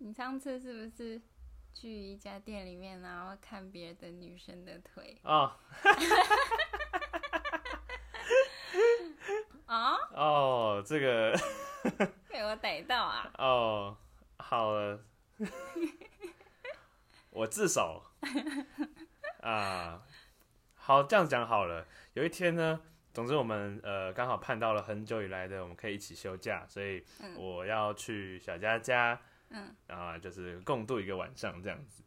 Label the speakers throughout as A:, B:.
A: 你上次是不是去一家店里面，然后看别的女生的腿？
B: 哦
A: 哦，
B: 哦，这个
A: 被我逮到啊！
B: 哦，好了，我自首啊。好，这样讲好了。有一天呢，总之我们呃刚好盼到了很久以来的我们可以一起休假，所以
A: 嗯
B: 我要去小佳家。
A: 嗯，
B: 啊，就是共度一个晚上这样子，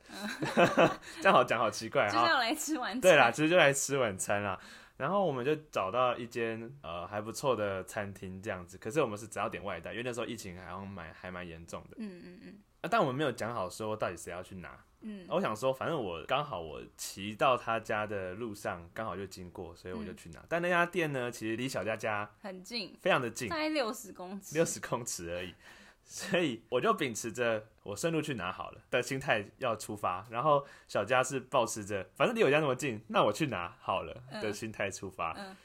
B: 这样好哎讲好奇 怪
A: 就是
B: 哈。
A: 要来吃晚餐。
B: 对啦，，其实就来吃晚餐啦。然后我们就找到一间呃还不错的餐厅这样子，可是我们是只要点外带，因为那时候疫情好像蛮还蛮严重的
A: 嗯嗯嗯
B: 啊。但我们没有讲好说到底谁要去拿。
A: 嗯，
B: 我想说，反正我刚好我骑到他家的路上刚好就经过，所以我就去拿。但那家店呢，其实离小佳家
A: 很近，
B: 非常的近
A: 大，概六十公尺。
B: 六十公 尺而已。所以我就秉持着我顺路去拿好了的心态要出发，然后小佳是保持着反正离我家那么近，那我去拿好了的心态出发。
A: 嗯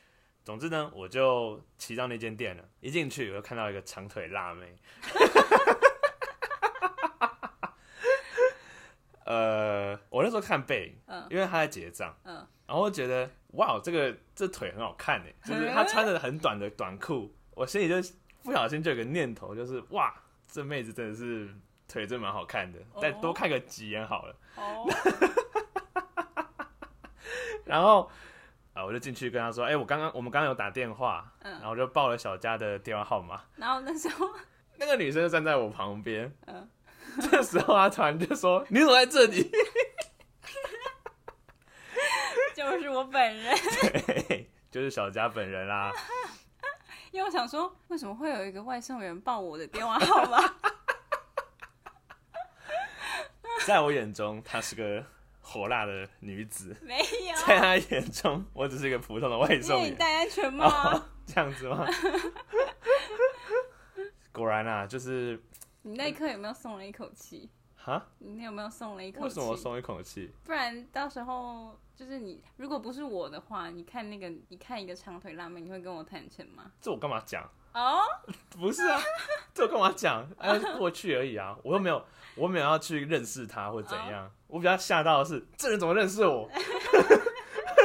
B: 总之呢，我就骑到那间店了，一进去我就看到一个长腿辣妹，呃，我那时候看背影，
A: 嗯
B: 因为她在结账，
A: 嗯
B: 然后我觉得哇，这个这腿很好看 哎，就是她穿着很短的短裤，我心里就不小心就有个念头，就是哇，这妹子真的是腿真蛮好看的，再多看个几眼好了。
A: 哦，
B: 然后啊，我就进去跟她说，哎、我刚刚我们刚刚有打电话，
A: 嗯
B: 然后我就报了小佳的电话号码，
A: 然后那时 候，
B: 那个女生就站在我旁边，
A: 嗯
B: 这时候她突然就说，你怎么在这里？
A: 就是我本人，
B: 嘿就是小佳本人啦。
A: 因为我想说，为什么会有一个外送员报我的电话号码？
B: 在我眼中，她是个火辣的女子。
A: 没有，
B: 在他眼中，我只是一个普通的外
A: 因
B: 送
A: 为你
B: 员。哦
A: 戴安全帽啊，
B: 这样子吗？果然啊，就是
A: 你那一刻有没有松了一口气？
B: 哈，
A: 你有没有松了一口气？
B: 为什么我松一口气？
A: 不然到时候就是你，如果不是我的话，你看那个，你看一个长腿辣妹，你会跟我坦诚吗？
B: 这我干嘛讲？
A: 哦，
B: 不是啊，这我干嘛讲？哎，过去而已啊，我又没有，我又没有要去认识他或怎
A: 哦
B: 样。我比较吓到的是，这人怎么认识我？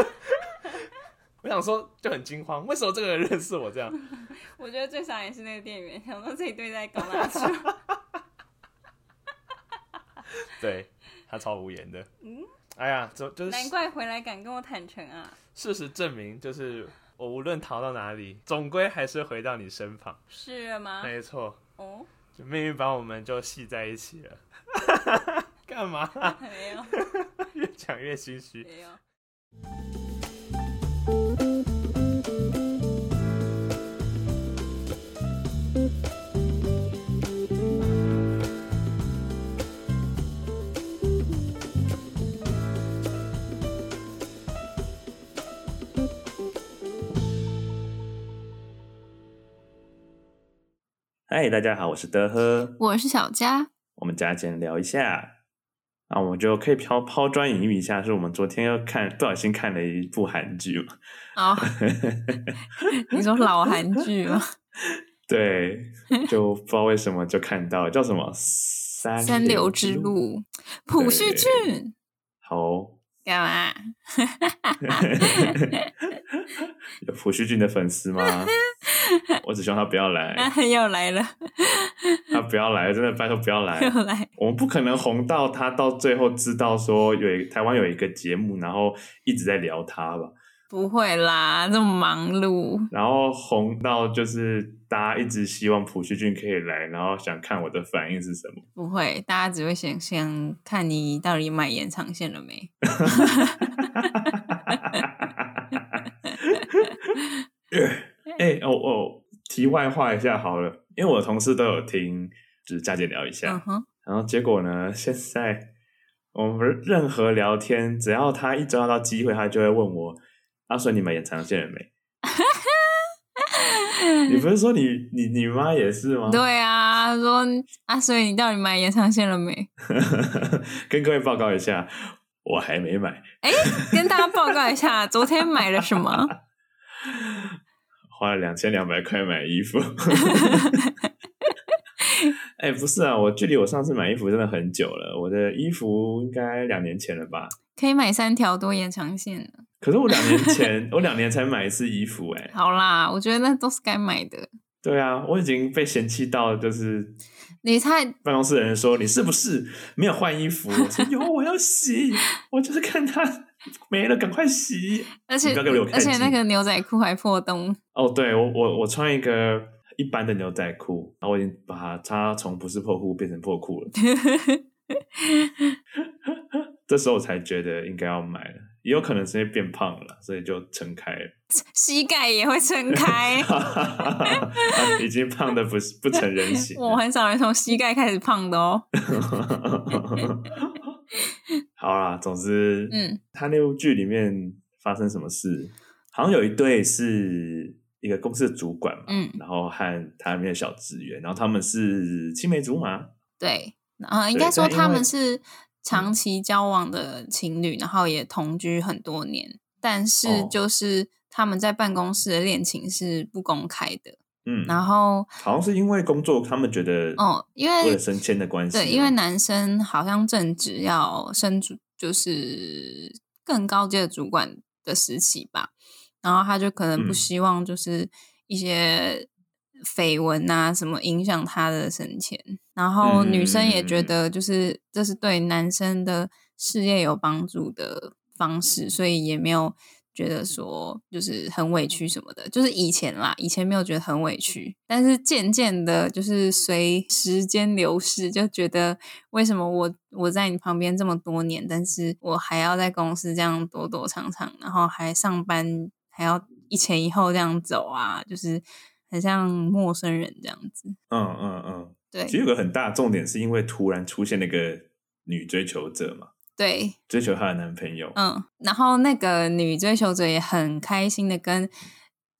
B: 我想说就很惊慌，为什么这个人认识我这样？
A: 我觉得最傻眼是那个店员，想到自己对在搞哪去？
B: 对他超无言的。
A: 嗯
B: 哎呀，就就是
A: 难怪回来敢跟我坦诚啊！
B: 事实证明，就是我无论逃到哪里，总归还是回到你身旁。
A: 是了吗？
B: 没错，
A: 哦，
B: 就命运把我们就系在一起了。 干嘛 啊、
A: 没有，
B: 越讲越心虚。
A: 没有。
C: 嗨，大家好，我是德呵，
A: 我是小佳，
C: 我们加减聊一下。啊，我们就可以抛抛砖引玉一下，是我们昨天又看不小心看了一部韩剧嘛？
A: 哦，你说老韩剧吗？
C: 对，就不知道为什么就看到叫什么三
A: 三流之
C: 路，
A: 路，朴叙俊
C: 好，
A: 干嘛？
C: 有朴叙俊的粉丝吗？我只希望他不要来，
A: 又来了，
C: 他不要来，真的拜托不要
B: 哎
C: 来，
A: 又来，
C: 我们不可能红到他到最后知道说有一台湾有一个节目，然后一直在聊他吧，
A: 不会啦，这么忙碌，
C: 然后红到就是大家一直希望朴叙俊可以来，然后想看我的反应是什 么。
A: 不会，大家只会想想看你到底买延长线了 没？
C: 哎、哦哦，题外话一下好了，因为我的同事都有听，就是佳姐聊一下，
A: 嗯哼，
C: 然后结果呢，现在我们任何聊天，只要他一抓到机会，他就会问我：“阿、啊、顺，你买延长线了没？” 你不是说你你你妈也是
B: 哦
C: 吗？
A: 对啊，他说啊，所以你到底买延长线了没？
C: 跟各位报告一下，我还没买，
A: 跟大家报告一下，昨天买了什么？
C: 花了两千两百块买衣服。
B: 哎、不是啊，我距离我上次买衣服真的很久了，我的衣服应该两年前了吧？
A: 可以买三条多延长线的。
B: 可是我两年前，我两年才买一次衣服、哎，
A: 好啦，我觉得那都是该买的。
B: 对啊，我已经被嫌弃到，就是
A: 你太
B: 办公室的人说你是不是没有换衣服？我说有，我要洗，我就是看它没了，赶快洗。
A: 而且
B: 你不要给我有
A: 而且
B: 看
A: 那
B: 见
A: 个牛仔裤还破洞，
B: 哦，对我我我穿一个一般的牛仔裤，然后我已经把它从不是破裤变成破裤了。这时候我才觉得应该要买了，也有可能是因为变胖了，所以就撑开了。
A: 膝盖也会撑开。
B: 已经胖的不是不成人形了。
A: 我很少人从膝盖开始胖的哦。
B: 好啦，总之，
A: 嗯，
B: 他那部剧里面发生什么事？好像有一对是一个公司的主管嘛，
A: 嗯
B: 然后和他里面的小职员，然后他们是青梅竹马，
A: 对，呃，应
B: 对
A: 该说
B: 但因
A: 他
B: 为嗯
A: 们是长期交往的情侣，然后也同居很多年，但是
B: 哦
A: 就是他们在办公室的恋情是不公开的。
B: 嗯，
A: 然后，
B: 好像是因为工作，他们觉得
A: 哦，因为
B: 为了升迁的关系，
A: 对，因为男生好像正值要升主，就是更高阶的主管的时期吧，然后他就可能不
B: 嗯
A: 希望就是一些绯闻啊什么影响他的升迁，然后女生也觉
B: 嗯
A: 得就是这是对男生的事业有帮助的方式，所以也没有觉得说就是很委屈什么的，就是以前啦，以前没有觉得很委屈，但是渐渐的，就是随时间流逝，就觉得为什么我我在你旁边这么多年，但是我还要在公司这样躲躲藏藏，然后还上班还要一前一后这样走啊，就是很像陌生人这样子。
B: 嗯嗯嗯，
A: 对
B: 其实有个很大的重点是因为突然出现那个女追求者嘛，
A: 对，
B: 追求她的男朋友，
A: 嗯，然后那个女追求者也很开心的跟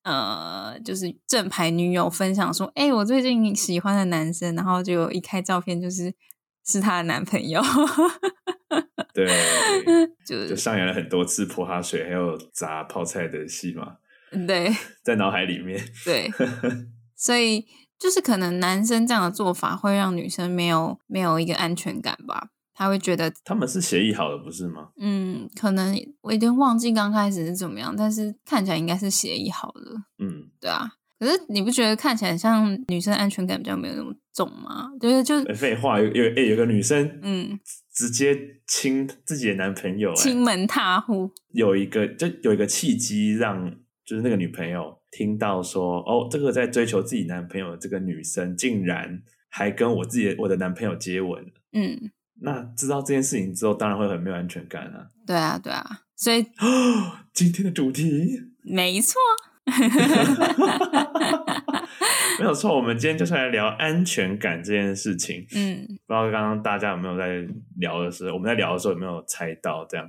A: 呃，就是正牌女友分享说：“哎、我最近喜欢的男生。”然后就一开照片，就是是她的男朋友，
B: 对，
A: 就
B: 就是上演了很多次泼她水还有砸泡菜的戏嘛，
A: 对
B: 在脑海里面，
A: 对，所以就是可能男生这样的做法会让女生没有没有一个安全感吧，她会觉得
B: 他们是协议好的，不是吗？
A: 嗯，可能我有点忘记刚开始是怎么样，但是看起来应该是协议好了。
B: 嗯，
A: 对啊。可是你不觉得看起来像女生安全感比较没有那么重吗？就是就
B: 哎废话，有有哎、有个女生，
A: 嗯，
B: 直接亲自己的男朋友、哎，
A: 亲门踏户，
B: 有一个就有一个契机让就是那个女朋友听到说，哦，这个在追求自己男朋友的这个女生，竟然还跟我自己的我的男朋友接吻。
A: 嗯，
B: 那知道这件事情之后，当然会很没有安全感啊。
A: 对啊，对啊，所以
B: 今天的主题
A: 没错，
B: 没有错，我们今天就是来聊安全感这件事情。
A: 嗯，
B: 不知道刚刚大家有没有在聊的时候，我们在聊的时候有没有猜到这样？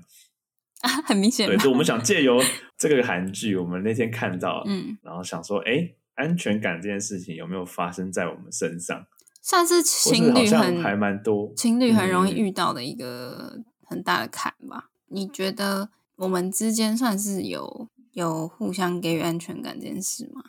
A: 啊，很明显
B: 对，
A: 吧，
B: 就我们想借 由这个韩剧，我们那天看到，
A: 嗯，
B: 然后想说，哎，安全感这件事情有没有发生在我们身上？
A: 算是
B: 或
A: 情
B: 是好
A: 侣
B: 像
A: 很
B: 还蛮多，
A: 情侣很容易
B: 嗯
A: 遇到的一个很大的坎吧？你觉得我们之间算是有有互相给予安全感这件事吗？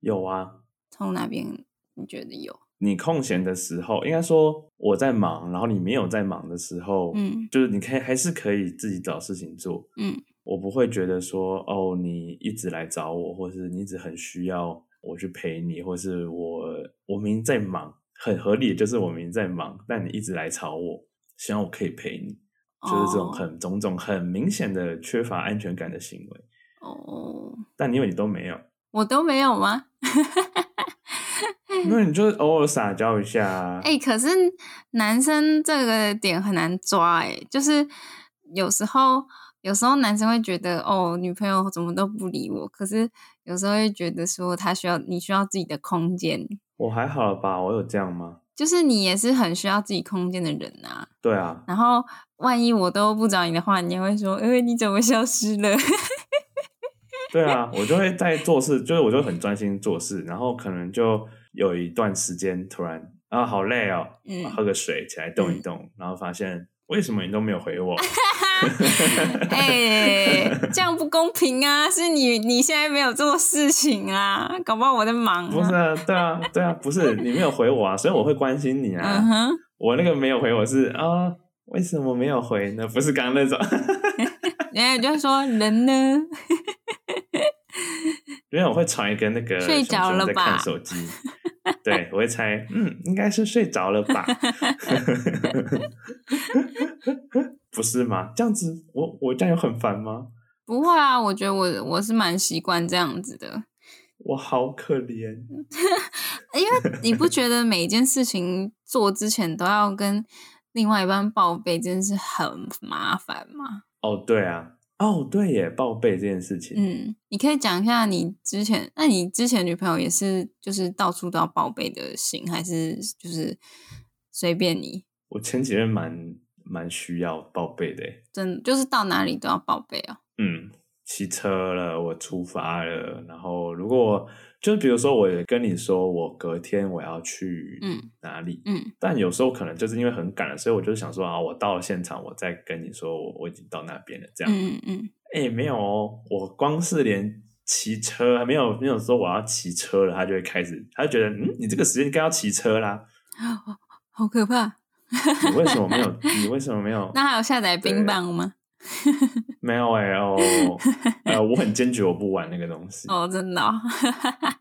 B: 有啊。
A: 从哪边你觉得有？
B: 你空闲的时候，应该说我在忙，然后你没有在忙的时候，
A: 嗯
B: 就是你可以还是可以自己找事情做。
A: 嗯，
B: 我不会觉得说，哦，你一直来找我，或是你一直很需要我去陪你，或是我我明明在忙，很合理，就是我明明在忙，但你一直来吵我，希望我可以陪你，就是这种
A: 哦
B: 很种种很明显的缺乏安全感的行为。
A: 哦，
B: 但因为你都没有，
A: 我都没有吗？
B: 因为你就是偶尔撒娇一下啊，
A: 嗯哎、可是男生这个点很难抓、欸，哎，就是有时候，有时候男生会觉得，哦，女朋友怎么都不理我，可是有时候会觉得说，他需要你需要自己的空间，
B: 我还好了吧？我有这样吗？
A: 就是你也是很需要自己空间的人啊。
B: 对 啊，
A: 然后万一我都不找你的话，你也会说，哎、你怎么消失了？
B: 对啊，我就会在做事，就是我就很专心做事，然后可能就有一段时间突然啊好累哦，
A: 嗯
B: 啊喝个水起来动一动，然后发现为什么你都没有回我，
A: 哎、这样不公平啊！是你你现在没有做事情啊，搞不好我在忙、
B: 不是
A: 啊。
B: 啊，对啊，对啊，不是你没有回我啊，所以我会关心你啊。
A: 嗯哼，
B: 我那个没有回我是啊、为什么没有回呢？不是刚刚那种，
A: 然后哎你就会说人呢？
B: 因为我会传一个那个
A: 睡着了吧
B: 熊熊在看手机，对我会猜，嗯，应该是睡着了吧， 不是吗？这样子，我我这样有很烦吗？
A: 不会啊，我觉得我我是蛮习惯这样子的，呃
B: 我好可
A: 因
B: 怜，
A: 为你不觉得每一件事情做之前都要跟另外一半报备，真是很麻烦吗？
B: 哦，对啊，哦，对耶，报备这件事情，
A: 嗯，你可以讲一下你之前，那你之前女朋友也是就是到处都要报备的型，还是就是随便你，
B: 我前几任蛮蛮需要报备的耶，
A: 真就是到哪里都要报备哦。
B: 嗯，骑车了，我出发了，然后如果就比如说我跟你说我隔天我要去
A: 嗯
B: 哪里，
A: 嗯
B: 但有时候可能就是因为很赶了，所以我就想说啊，我到了现场我再跟你说我我已经到那边了，这样。
A: 嗯嗯嗯，
B: 哎、没有哦，我光是连骑车还没有没有说我要骑车了，他就会开始，他就觉得嗯，你这个时间应该要骑 车啦，
A: 好可怕！
B: 你为什么没有？你为什么没有？
A: 那还有下载冰棒吗？
B: 没有哎、 哦，呃，我很坚决我不玩那个东西。
A: 哦，真的、哦，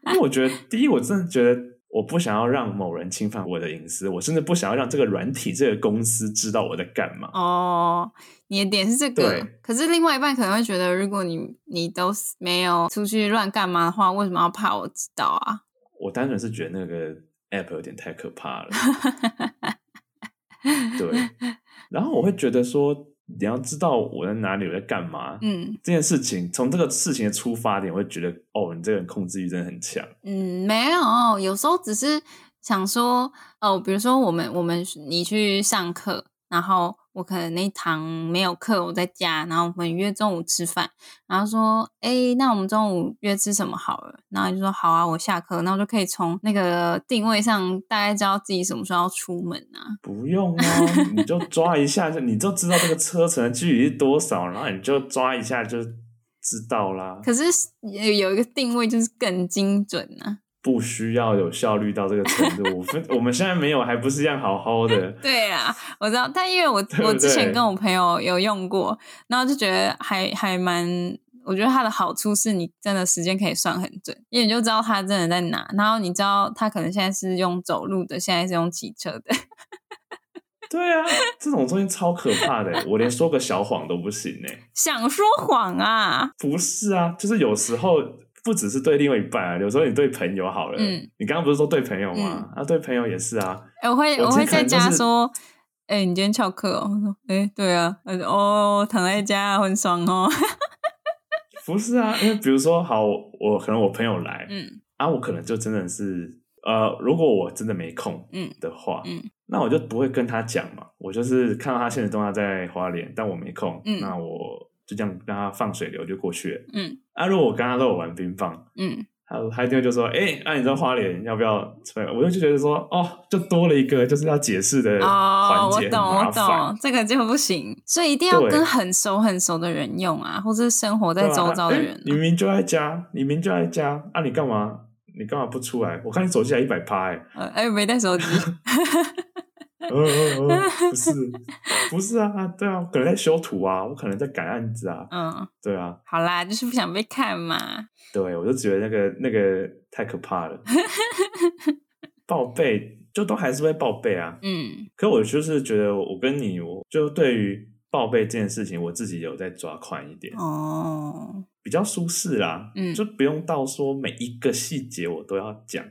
B: 因为我觉得，第一，我真的觉得我不想要让某人侵犯我的隐私，我甚至不想要让这个软体、这个公司知道我在干嘛。
A: 哦，你的点是这个
B: 对，
A: 可是另外一半可能会觉得，如果你你都是没有出去乱干嘛的话，为什么要怕我知道啊？
B: 我单纯是觉得那个 app 有点太可怕 了。对，然后我会觉得说，你要知道我在哪里，我在干嘛。
A: 嗯
B: 这件事情从这个事情的出发点，我会觉得哦，你这个人控制欲真的很强。
A: 嗯，没有，有时候只是想说，哦，比如说我们我们你去上课，然后我可能那一堂没有课，我在家，然后我们约中午吃饭，然后说，哎，那我们中午约吃什么好了？然后你就说好啊，我下课，那我就可以从那个定位上大概知道自己什么时候要出门啊。
B: 不用啊，你就抓一下，就你就知道这个车程的距离是多少，然后你就抓一下就知道啦。
A: 可是有有一个定位就是更精准啊呢、？
B: 不需要有效率到这个程度。我分我们现在没有，还不是一样好好的
A: 对啊，我知道，但因为我
B: 对不
A: 我之前
B: 对
A: 跟我朋友有用过，然后就觉得还还蛮。我觉得它的好处是你真的时间可以算很准，因为你就知道他真的在哪，然后你知道他可能现在是用走路的，现在是用骑车的。
B: 对啊，这种东西超可怕的，欸我连说个小谎都不行呢。
A: 想说谎啊，
B: 不是啊，就是有时候不只是对另外一半啊，有时候你对朋友好了，
A: 嗯
B: 你刚刚不是说对朋友吗？啊，对朋友也是啊。
A: 哎、我会
B: 我
A: 我会
B: 之
A: 在
B: 前就
A: 家
B: 是
A: 说，哎、你今天翘课哦？我说，哎、对啊，他说哦，躺在家很爽哦。
B: 不是啊，因为比如说，好，我我可能我朋友来、
A: 嗯
B: 啊，我可能就真的是，呃，如果我真的没空
A: 嗯
B: 的话，
A: 嗯
B: 那我就不会跟他讲嘛，我就是看到他现实动态在花莲，但我没空，
A: 嗯
B: 那我就这样让他放水流就过去了。
A: 嗯
B: 啊，如果我跟他都有玩冰棒，
A: 嗯，
B: 他他一定就说，哎、那、你知道花莲要不要出来？我就觉得说，哦，就多了一个就是要解释的
A: 哦
B: 环，
A: 我
B: 节，
A: 懂，
B: 很麻
A: 我
B: 烦。
A: 懂，这个就不行，所以一定要
B: 对
A: 跟很熟很熟的人用啊，或是生活在
B: 对啊
A: 周遭的
B: 诶
A: 人
B: 你
A: 啊、
B: 明明就在家，你明明就在家，啊，你干嘛？你干嘛不出来？我看你手机还一百趴，哎、
A: 呃，哎、没带 手机，
B: 呃呃呃，不是，不是啊，啊对啊，我可能在修图啊，我可能在赶案子啊，
A: 嗯，
B: 对啊，
A: 好啦，就是不想被看嘛。
B: 对，我就觉得那个那个太可 怕了，报备就都还是会报备啊。
A: 嗯
B: 可我就是觉得，我跟你，我就对于报备这件事情，我自己有在抓宽一点，
A: 哦，
B: 比较舒适啦。
A: 嗯
B: 就不用到说每一个细节我都要讲，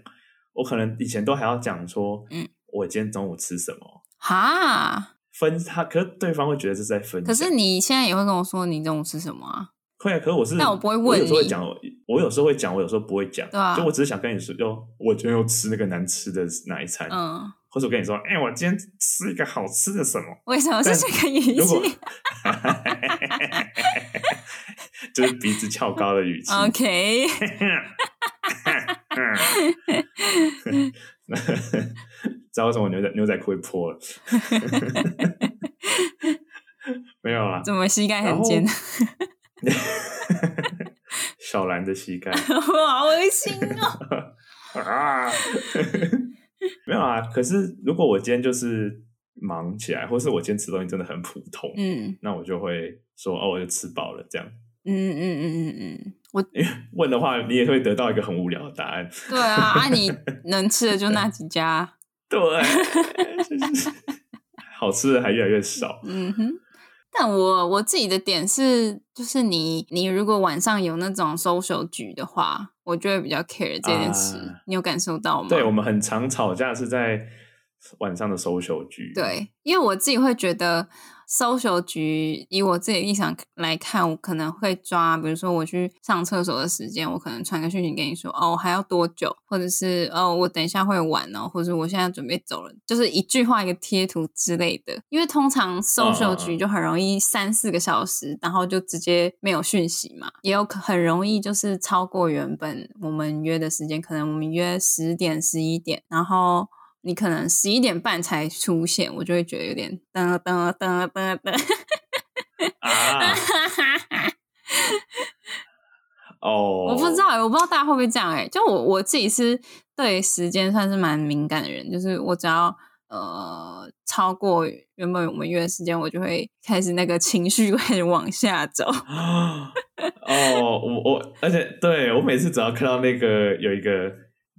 B: 我可能以前都还要讲说，
A: 嗯，
B: 我今天中午吃什么，
A: 哈，
B: 分他，可是对方会觉得这是在分享。
A: 可是你现在也会跟我说你中午吃什么啊？
B: 会啊，可是我是，
A: 但我不会问
B: 有时候会
A: 你
B: 讲，我有时候会讲，我有时候不会讲。
A: 对啊
B: 就我只是想跟你说，就我今天又吃那个难吃的哪一餐，
A: 嗯，
B: 或者我跟你说，哎、我今天吃一个好吃的什么？
A: 为什么是
B: 但
A: 这个语
B: 如果
A: 气
B: 就是鼻子翘高的语 气。
A: ？OK，
B: 知道为什么我牛仔牛仔裤会破了？没有啦，啊
A: 怎么膝盖很尖
B: 然？小兰的膝盖
A: 哇， 好恶心哦！
B: 啊， 没有啊。可是如果我今天就是忙起来，或是我今天吃东西真的很普通，
A: 嗯
B: 那我就会说哦，我就吃饱了这样。
A: 嗯嗯嗯嗯嗯，我
B: 问的话，你也会得到一个很无聊的答案。
A: 对啊，啊你能吃的就那几家，
B: 对，就是 好吃的还越来越少。
A: 嗯哼。但我我自己的点是，就是你你如果晚上有那种 social 局的话，我就会比较 care 这件事。
B: 啊
A: 你有感受到吗？
B: 对我们很常吵架是在晚上的 social 局。，
A: 对，因为我自己会觉得，social 局以我自己的立场来看，我可能会抓，比如说我去上厕所的时间，我可能传个讯息给你说，哦，我还要多久，或者是哦，我等一下会晚哦，或者我现在准备走了，就是一句话一个贴图之类的。因为通常 social
B: 嗯嗯
A: 局就很容易三四个小时，然后就直接没有讯息嘛，也有可很容易就是超过原本我们约的时间，可能我们约十点十一点，然后。你可能十一点半才出现，我就会觉得有点噔噔噔噔噔，
B: 啊，哦，
A: 我不知道、欸，我不知道大家会不会这样哎、就我我自己是对时间算是蛮敏感的人，就是我只要呃超过原本我们约的时间，我就会开始那个情绪会开始往下走。
B: 啊，哦，我我，而且对我每次只要看到那个有一个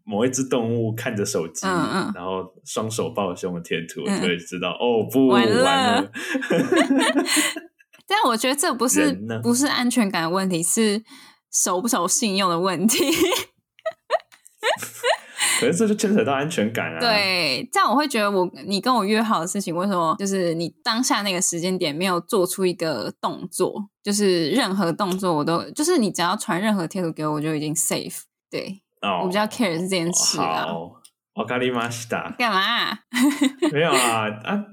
B: 某一只动物看着手机，
A: 嗯嗯
B: 然后双手抱胸的贴图，我
A: 嗯
B: 就会知道、哦，不
A: 完了
B: 完了，
A: 但我觉得这不是
B: 人呢
A: 不是安全感的问题，是守不守信用的问题。
B: 可是这就牵扯到安全感 啊。，
A: 对，这样我会觉得我你跟我约好的事情，为什么就是你当下那个时间点没有做出一个动作，就是任何动作我都，就是你只要传任何贴图给我，我就已经 safe 对。
B: 哦，
A: 我比较 care 是这件事啊
B: 好，我咖喱玛西达
A: 干嘛啊、
B: 没有啊啊。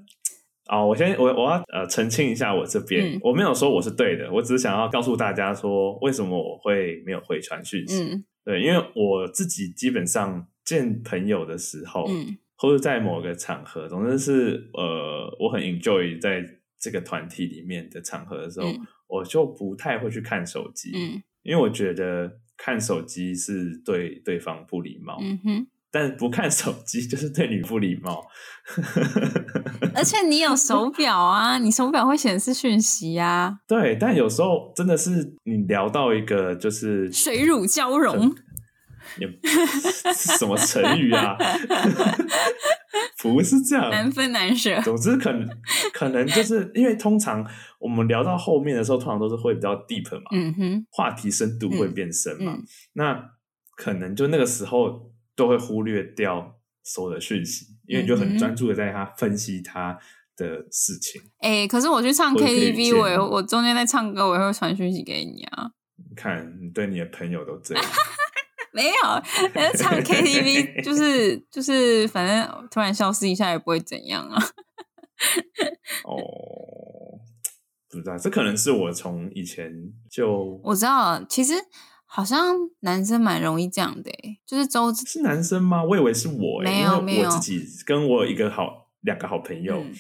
B: 哦，我先我我要呃澄清一下，我这边、
A: 嗯
B: 我没有说我是对的，我只是想要告诉大家说，为什么我会没有回传讯息。
A: 嗯
B: 对，因为我自己基本上见朋友的时候，
A: 嗯
B: 或者在某个场合，总之是呃，我很 enjoy 在这个团体里面的场合的时候，
A: 嗯
B: 我就不太会去看手机，
A: 嗯
B: 因为我觉得看手机是对对方不礼貌，
A: 嗯哼，
B: 但不看手机 就是对你不礼貌。
A: 而且你有手表啊，你手表会显示讯息啊，
B: 对，但有时候真的是你聊到一个就是
A: 水乳交融。
B: 也什么成语啊，不是这样，
A: 难分难舍，
B: 总之可能可能就是因为通常我们聊到后面的时候，通常都是会比较 deep 嘛，
A: 嗯哼，
B: 话题深度会变深嘛，
A: 嗯
B: 那可能就那个时候都会忽略掉所有的讯息，因为你就
A: 嗯
B: 很
A: 哼
B: 专注的在他分析他的事情。
A: 哎、可是我去唱
B: 我也可以见
A: KTV，我也我中间在唱歌，我也会传讯息给你啊。
B: 你看，你对你的朋友都这样，
A: 没有，呃 唱 KTV 就是就是，反正突然消失一下也不会怎样啊。
B: 哦，不知道，这可能是我从以前就
A: 我知道，其实好像男生蛮容易这样的欸、就是周
B: 是男生吗？我以为是我、欸，
A: 没有
B: 因
A: 没
B: 为
A: 有
B: 我自己跟我一个好两个好朋友，
A: 嗯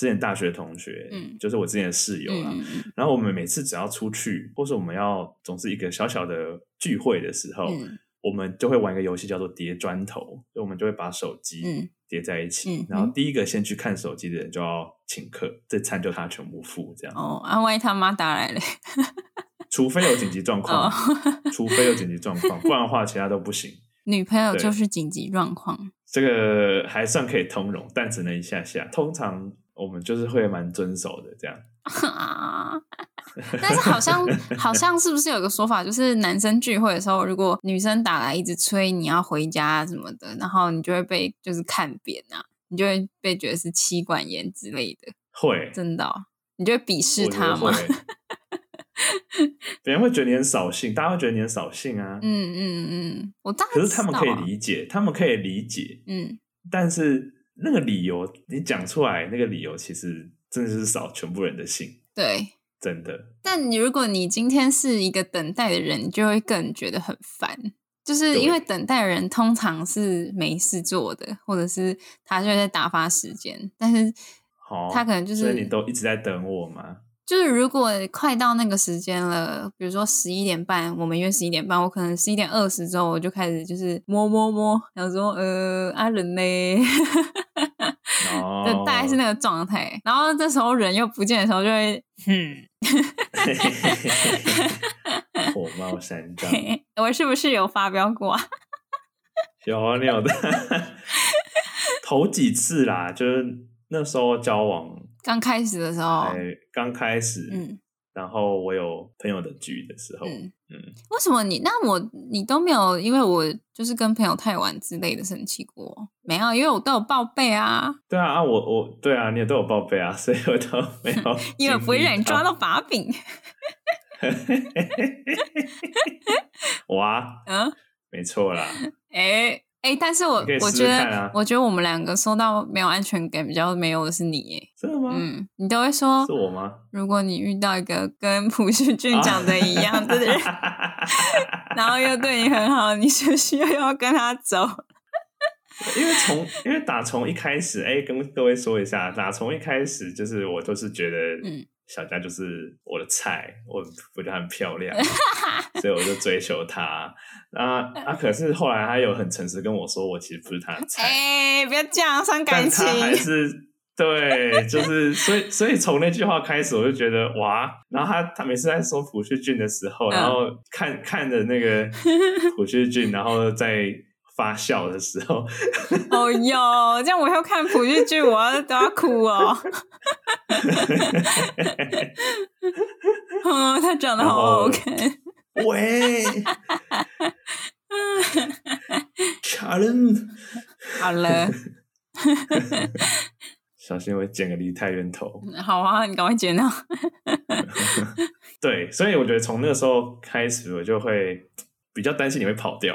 B: 之前大学同学，
A: 嗯
B: 就是我之前的室友啦。
A: 嗯嗯
B: 然后我们每次只要出去，或是我们要总是一个小小的聚会的时候，
A: 嗯
B: 我们就会玩一个游戏叫做叠砖头，所以我们就会把手机
A: 嗯
B: 叠在一
A: 嗯
B: 起，
A: 哼
B: 然后第一个先去看手机的人就要请客，这餐就他全部付，这样，
A: 哦，啊，万一他妈打来了，
B: 除非有紧急状况
A: 哦，
B: 除非有紧急状况，不然的话其他都不行。
A: 女朋友
B: 对
A: 就是紧急状况，
B: 这个还算可以通融，但只能一下下。通常我们就是会蛮遵守的，这样。
A: 啊 但是好 像好像是不是有个说法，就是男生聚会的时候，如果女生打来一直催你要回家什么的，然后你就会被就是看扁啊，你就会被觉得是妻管严之类的。
B: 会，
A: 真的哦、你就会鄙视
B: 我觉得
A: 他吗
B: 会？。别人会觉得你很扫兴，大家会觉得你很扫兴啊。
A: 嗯嗯嗯，我当然、
B: 可是他们可以，理解，他们可以理解，
A: 嗯，
B: 但是那个理由你讲出来，那个理由其实真的是扫全部人的兴，
A: 对。
B: 真的。
A: 但你如果你今天是一个等待的人，你就会更觉得很烦，就是因为等待的人通常是没事做的，或者是他就在打发时间，但是
B: 好、哦
A: 他可能就是
B: 所以你都一直在等我吗？
A: 就是如果快到那个时间了，比如说十一点半，我们约十一点半，我可能十一点二十之后我就开始就是摸摸摸，想说呃啊人 嘞，
B: 哦，
A: 对，大概是那个状态。然后这时候人又不见的时候，就会嗯，
B: 火冒三丈。
A: 嘿 我是不是有发飙过啊？
B: 有啊，你有的。 头几次啦，就是那时候交往，
A: 刚开始的时候，
B: 哎、刚开始，
A: 哦嗯
B: 然后我有朋友的局的时候，
A: 嗯
B: 嗯
A: 为什么你那我你都没有？因为我就是跟朋友太晚之类的生气过，没有，因为我都有报备啊，
B: 对啊啊，我我对啊，你也都有报备啊， 所以我都没有，
A: 因为不会让 你抓。到把柄。
B: 哇，
A: 嗯，
B: 啊没错啦，
A: 哎、哎、但是我
B: 你可以
A: 我
B: 试
A: 觉得、
B: 试看啊
A: 我觉得我们两个收到没有安全感比较没有的是你耶，
B: 真的吗？
A: 嗯，你都会说
B: 啊是，我吗？
A: 如果你遇到一个跟朴叙俊长得一样 的人，
B: 啊
A: 然后又对你很好，你是不是又要跟他走？
B: 因为从因为打从一开始，哎、跟各位说一下，打从一开始就是我都是觉得，
A: 嗯
B: 小佳就是我的菜，我我觉得她很漂 亮，所以我就追求她。那啊，可是后来她有很诚实跟我说，我其实不是她的菜，
A: 哎、不要这样伤
B: 但
A: 感情
B: 她。还是。对，就是 所以，所以从那句话开始，我就觉得哇，然后他他每次在说朴叙俊的时候，
A: 嗯
B: 然后看看着那个朴叙俊，然后在发笑的时候，
A: 哦哟，这样我要看朴叙俊，我要都要哭哦。嗯，他长得好好看。
B: 喂，Challenge，
A: 好了，
B: 小心我剪个离太远头。
A: 好啊，你赶快剪掉。
B: 对，所以我觉得从那个时候开始，我就会比较担心你会跑掉。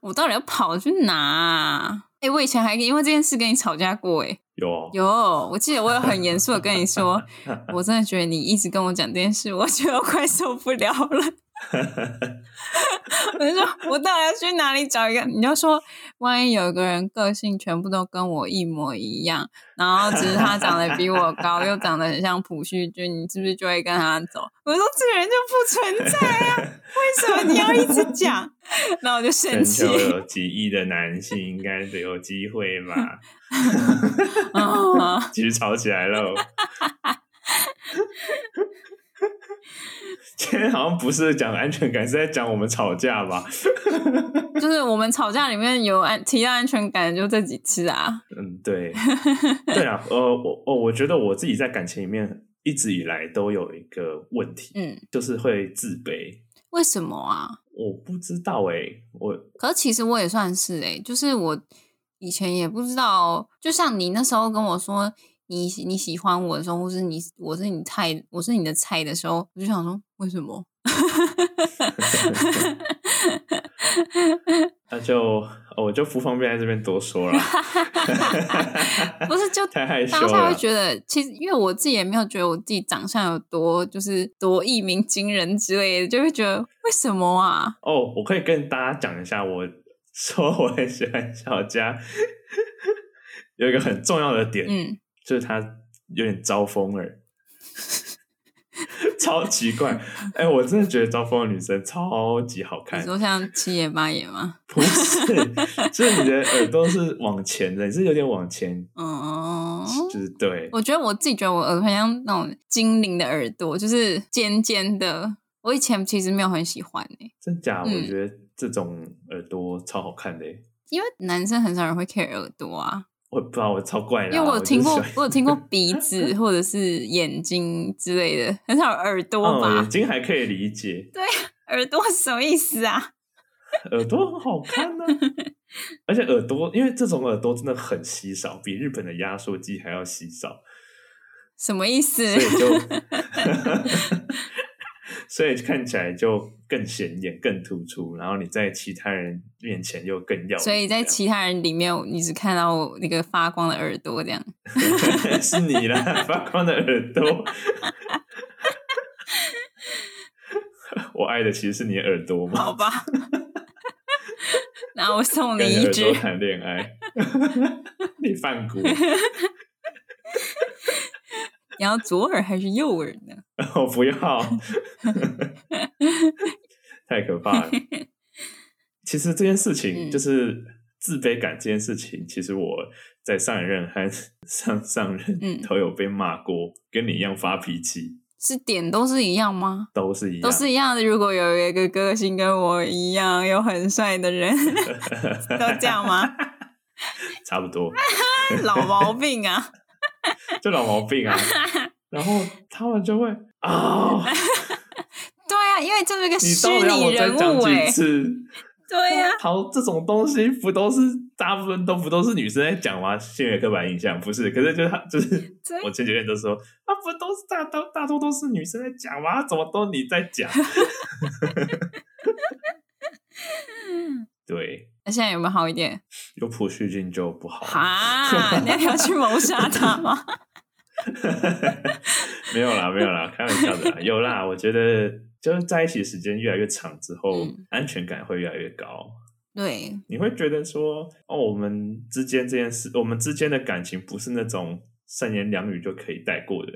A: 我到底要跑去哪、啊？哎、我以前还因为这件事跟你吵架过、哎诶
B: 有哦，
A: 有，我记得我有很严肃的跟你说，我真的觉得你一直跟我讲这件事，我觉得我快受不了了。 我就说，我到底要去哪里找一个？你就说，万一有一个人个性全部都跟我一模一样，然后只是他长得比我高，又长得很像朴叙俊，你是不是就会跟他走？我说这个人就不存在啊，为什么你要一直讲？ 那我就生
B: 全
A: 气
B: 球。有几亿的男性，应该得有机会吧？
A: 啊
B: 继续吵起 来喽！今天好像不是讲安全感，是在讲我们吵架吧？
A: 就是我们吵架里面有安提到安全感，就这几次啊。
B: 嗯，对，对啊，呃，我哦，我觉得我自己在感情里面一直以来都有一个问题，
A: 嗯，
B: 就是会自卑。
A: 为什么啊？
B: 我不知道诶、我
A: 可是其实我也算是诶、就是我以前也不知道，就像你那时候跟我说你你喜欢我的时候，或是你我是你菜，我是你的菜的时候，我就想说为什么？
B: 那就、哦我就不方便在这边多说了，
A: 不是就
B: 太害羞
A: 当下
B: 了
A: 会。觉得，其实因为我自己也没有觉得我自己长相有多就是多一鸣惊人之类的，就会觉得为什么啊？
B: 哦，我可以跟大家讲一下，我 说我很喜欢小佳，有一个很重要的点，
A: 嗯，
B: 就是他有点招风 耳，超奇怪。哎、我真的觉得招风耳女生超级好
A: 你
B: 看，
A: 说像七爷八爷吗？
B: 不是， 就是你的耳朵是往前的，你是有点往前，
A: 嗯，
B: 就是对，
A: 我觉得我自己觉得我耳朵很像那种精灵的耳朵，就是尖尖的。我以前其实没有很喜欢诶、
B: 真假？
A: 嗯
B: 我觉得这种耳朵超好看的耶，
A: 因为男生很少人会 care 耳朵啊。
B: 我不知道，我超怪的啊、
A: 因为我有听过
B: 就是喜欢，
A: 我有听 过鼻子或者是眼睛之类的，很少有耳朵
B: 嗯，
A: 吧？
B: 眼睛还可以理解，
A: 耳朵是什么意思啊？
B: 耳朵很好 看呢、而且耳朵，因为这种耳朵真的很稀少，比日本的压缩机还要稀少，
A: 什么意思？
B: 所以 就， 所以看起来就更显眼、更突出，然后你在其他人面前又更耀眼。
A: 所以在
B: 这样
A: 其他人里面，你只看到我那个发光的耳朵 这样。
B: 是你啦， 发光的耳朵。 我爱的其实是你的耳朵
A: 好
B: 嘛，
A: 吧。 那我送你
B: 跟你
A: 一
B: 耳 朵
A: 句，
B: 谈恋爱， 你犯骨。
A: 你要左耳还是右耳呢？
B: 我不要， 太可怕 了。其实这件事情
A: 嗯
B: 就是自卑感这件事情，其实我在上一任和 上上任
A: 嗯
B: 都有被骂过，跟你一样发脾气，
A: 是点都是一样吗？
B: 都是一
A: 都
B: 样，
A: 是一样的。如果有一个个性跟我一样又很帅的人，都这样吗？
B: 差不多，
A: 老毛病啊！
B: 就老毛病啊。 然后他们就会啊，
A: 对啊，因为这是个
B: 你
A: 虚
B: 到底让
A: 拟
B: 我再
A: 人
B: 讲
A: 物哎、
B: 几次？
A: 对啊呀、
B: 好，这种东西不都是大部分都不都是女生在讲吗？性别刻板印象不是？可是就是他 就是
A: 真
B: 我前几天都说啊，不都是大都大多都是女生在讲吗？怎么都你在 讲？对，
A: 那现在有没有好一点？
B: 有普旭君就不好，
A: 哈，你要去谋杀他吗？
B: 没有啦，没有啦，开玩笑的啦，有啦。我觉得就是在一起时间越来越长之后，
A: 嗯
B: 安全感会越来越高。
A: 对，
B: 你会觉得说，哦，我们之间这件事，我们之间的感情不是那种三言两语就可以带过的，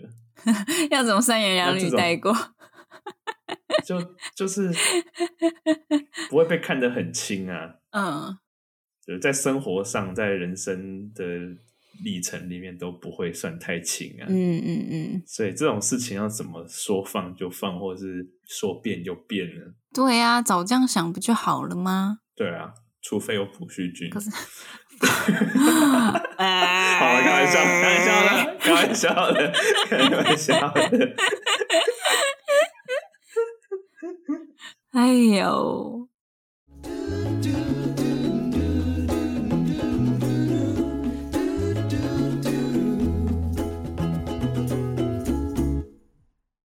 A: 要怎么三言两
B: 那这
A: 语
B: 种
A: 带过？
B: 就就是不会被看得很轻啊。
A: 嗯，
B: 就是在生活上，在人生的历程里面都不会算太轻啊。
A: 嗯嗯嗯，
B: 所以这种事情要怎么说放就放，或是说变就变呢？
A: 对呀、早这样想不就好了吗？
B: 对啊，除非有朴叙俊。
A: 可是
B: 好
A: 哎
B: 了，开玩笑，开玩笑的，开玩笑的，开玩笑的。
A: 哎呦，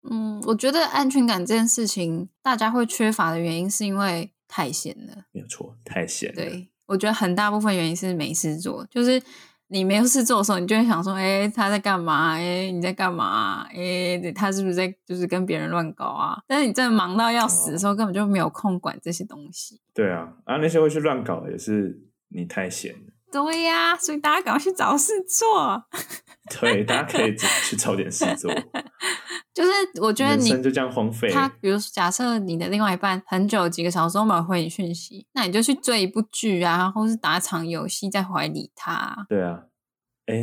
A: 嗯，我觉得安全感这件事情，大家会缺乏的原因是因为太闲了。
B: 没有错，太闲了。
A: 对，我觉得很大部分原因是没事做，就是你没有事做的时候，你就会想说，哎、他在干嘛？哎、你在干嘛？哎、他是不是在就是跟别人乱搞啊？但是你真的忙到要死的时候，
B: 哦
A: 根本就没有空管这些东西。
B: 对啊，啊，那些会去乱搞的也是你太闲了。
A: 对呀、所以大家赶快去找事做。
B: 对，大家可以去找点事做，
A: 就是我觉得
B: 人
A: 你
B: 生就这样荒废。
A: 他比如说，假设你的另外一半很久几个小时都没有回你讯息，那你就去追一部剧啊，或是打场游戏再怀理他啊。
B: 对啊，哎、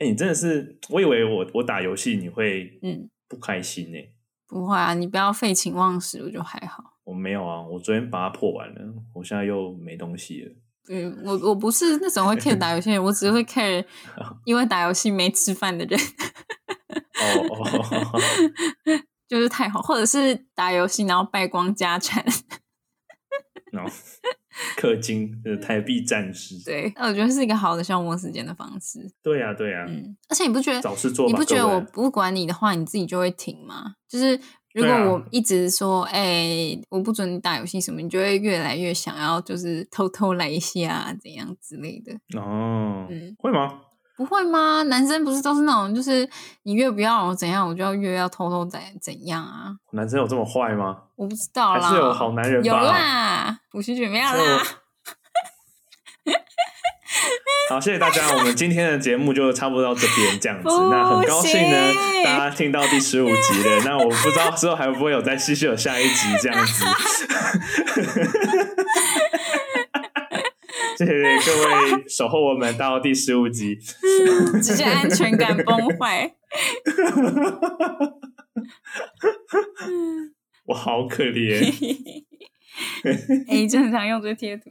B: 哎、你真的是，我以为我我打游戏你会
A: 嗯
B: 不开心呢、
A: 不会啊，你不要废寝忘食，我就还好。
B: 我没有啊，我昨天把它破完了，我现在又没东西了。
A: 嗯，我我不是那 种会 care 打游戏的人，我只会
B: 嗯
A: care 因为打游戏没吃饭的人，
B: 哦哦，
A: 就是太好，或者是打游戏然后败光家产。
B: 然后氪金，就是台币战士。
A: 对，那我觉得是一个好的消磨时间的方式。
B: 对啊，对啊，
A: 嗯，而且你不觉得
B: 找事做吧
A: 你不觉得
B: 各位
A: 我不管你的话，你自己就会停吗？就是如果
B: 对啊
A: 我一直说，哎、我不准你打游戏什么，你就会越来越想要就是偷偷来一下，啊怎样之类的。
B: 哦，
A: 嗯
B: 会吗？
A: 不会吗？男生不是都是那种，就是你越不要我怎样，我就要越要偷偷怎怎样啊？
B: 男生有这么坏吗？
A: 我不知道
B: 还
A: 啦，
B: 是有好男人吧？
A: 有啦，补习卷没有啦，
B: 好，谢谢大家，我们今天的节目就差不多到这边这样子
A: 不。行
B: 那很高兴呢，大家听到第十五集了。那我不知道之后还会不会有再继续有下一集这样子。 谢谢各位守候我们到第十五集，
A: 直接安全感崩坏。
B: 我好可怜。
A: 哎、就很常用这个贴图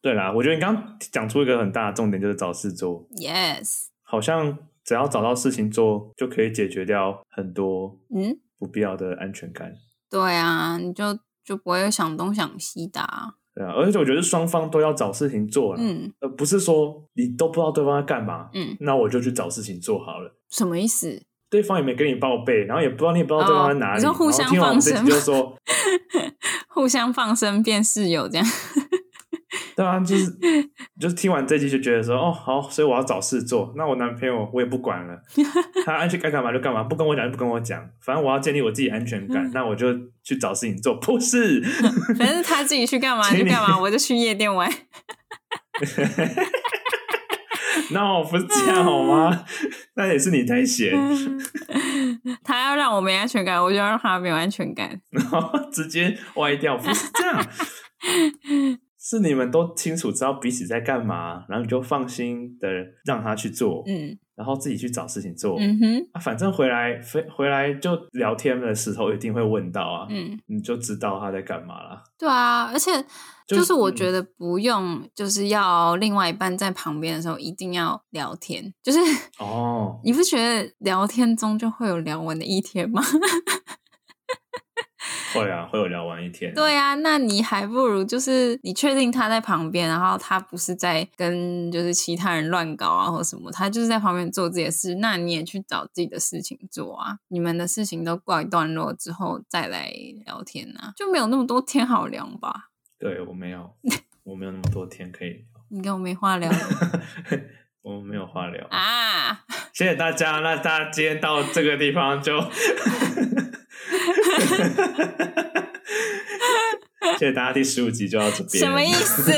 B: 对啦，我觉得你刚刚讲出一个很大的重点，就是找事做，
A: ，yes，
B: 好像只要找到事情做，就可以解决掉很多
A: 嗯。
B: 不必要的安全感。
A: 对啊，你就就不会想东想西的、啊。
B: 对啊，而且我觉得双方都要找事情做啦。
A: 嗯
B: 呃，不是说你都不知道对方在干嘛，
A: 嗯，
B: 那我就去找事情做好了。
A: 什么意思？
B: 对方也没跟你报备，然后也不知道你也不知道对方在哪里，
A: 哦你说互相
B: 然后听完我们这集
A: 放生吗
B: 就说，
A: 互相放生变室友这样？
B: 对啊，就是就是听完这集就觉得说，哦，好，所以我要找事做。那我男朋友我也不 管了，他爱去该干嘛就干嘛，不跟我讲就不跟我讲，反正我要建立我自己安 全感，那我就去找事情做。不是，
A: 反正他自己去干嘛
B: 请
A: 就
B: 你
A: 干嘛，我就去夜店玩。 嗯
B: 那我不是这样好吗？那也是你太闲。
A: 他要让我没安全感，我就要让他没有安全感。
B: 然后直接歪掉，不是这样， 是你们都清楚知道彼此在干嘛，然后你就放心的让他去做，
A: 嗯
B: 然后自己去找事情做。
A: 嗯哼，
B: 啊，反正回来回回来就聊天的时候一定会问到啊，
A: 嗯，
B: 你就知道他在干嘛啦。
A: 对啊，而且
B: 就
A: 就是我
B: 嗯
A: 觉得不用，就是要另外一半在旁边的时候一定要聊天，就是
B: 哦，
A: 你不觉得聊天中就会有聊完的一天吗？
B: 会啊，会有聊完一天、
A: 对啊，那你还不如就是你确定他在旁边，然后他不是在跟就是其他人乱搞啊或什么，他就是在旁边做自己的事，那你也去找自己的事情做啊。你们的事情都告一段落之后再来聊天啊，就没有那么多天好聊吧？
B: 对我没有，我没有那么多天可以
A: 你跟我没话聊
B: 聊，我没有话聊。
A: 啊？
B: 谢谢大家，那大家今天到这个地 方就，谢谢大家，第十五集就到这边。
A: 什么意？思？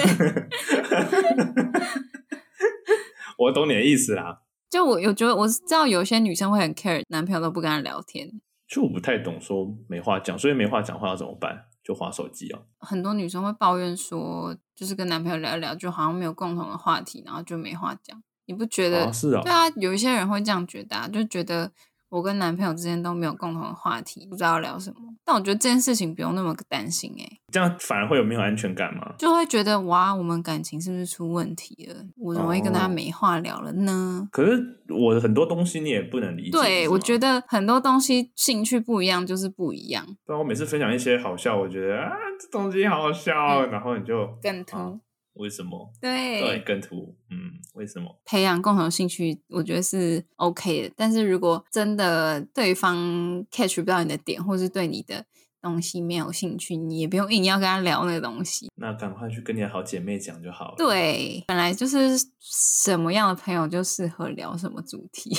B: 我懂你的意思啦，
A: 就我有觉得我知道有些女生会很 care 男朋友都不跟她聊天，
B: 就我不太懂说没话讲，所以没话讲话要怎么办？就划手机哦。
A: 很多女生会抱怨说，就是跟男朋友聊一聊，就好像没有共同的话题，然后就没话讲。你不觉得？
B: 哦，是哦
A: 对，啊，有一些人会这样觉得、啊，就觉得我跟男朋友之间都没有共同的话题，不知道聊什么。但我觉得这件事情不用那么担心、欸，
B: 这样反而会有没有安全感吗？
A: 就会觉得哇，我们感情是不是出问题了？我怎么会跟他
B: 哦
A: 没话聊了呢？
B: 可是我的很多东西你也不能理解。
A: 对，我觉
B: 得，
A: 得很多东西兴趣不一样就是不一样，
B: 对啊我每次分享一些好笑，我觉得啊，这东西好好笑哦，
A: 嗯
B: 然后你就
A: 更突、
B: 啊为什么？
A: 对
B: 对，更突，嗯，为什么？
A: 培养共同兴趣，我觉得是 OK 的。但是如果真的对方 catch 不到你的点，或是对你的东西没有兴趣，你也不用硬要跟他聊那个东西。
B: 那赶快去跟你的好姐妹讲就好了。，
A: 对，本来就是什么样的朋友就适合聊什么主题。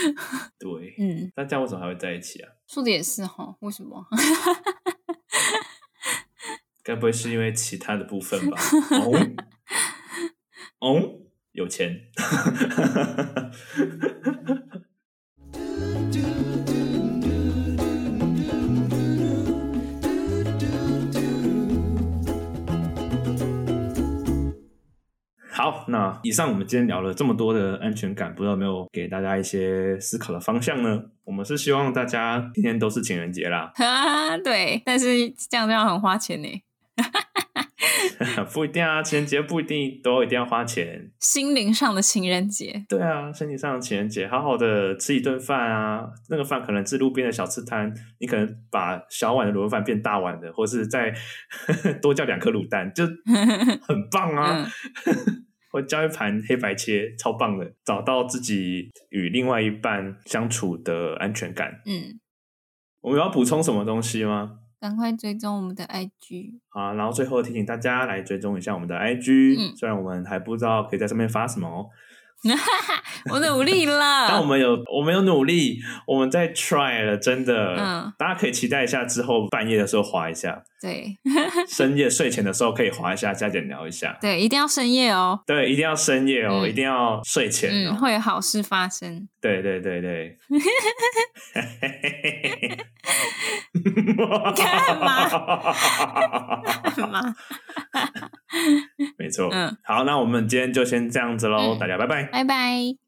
B: 对，
A: 嗯，
B: 那这样为什么还会在一起啊？
A: 说的也是哈，为什么？
B: 该不会是因为其他的部分吧？哦，哦，有钱。 好，那以上我们今天聊了这么多的安全感，不知道有没有给大家一些思考的方向呢？我们是希望大家今天都是情人节啦，
A: 啊，对，但是这样这样很花钱呢，
B: 不一定啊，情人节不一定都一定要花钱。
A: 心灵上的情人节。
B: 对啊，身体上的情人节，好好的吃一顿饭啊，那个饭可能是路边的小吃摊，你可能把小碗的卤肉饭变大碗的，或是再 多叫两颗卤蛋，就很棒啊。
A: 嗯，
B: 或叫一盘黑白切，超棒的，找到自己与另外一半相处的安全感。
A: 嗯，
B: 我们有要补充什么东西吗？
A: 赶快追踪我们的 IG。
B: 啊，然后最后提醒大家来追踪一下我们的 IG，、
A: 嗯
B: 虽然我们还不知道可以在上面发什么哦，
A: 我 努力 了。
B: 但我们有我们有努力，我们在 try 了，真的，
A: 嗯
B: 大家可以期待一下，之后半夜的时候滑 一下，
A: 对
B: 深夜睡前的时候可以滑一下，加减聊一下。
A: 对，一定要深夜哦。
B: 对，一定要深夜哦，
A: 嗯
B: 一定要睡前哦。
A: 嗯，会有好事发生。
B: 对对对对。
A: 干
B: 嘛？
A: 嘛？
B: 没错。
A: 嗯
B: 好，那我们今天就先这样子喽，
A: 嗯
B: 大家拜拜。
A: 拜拜。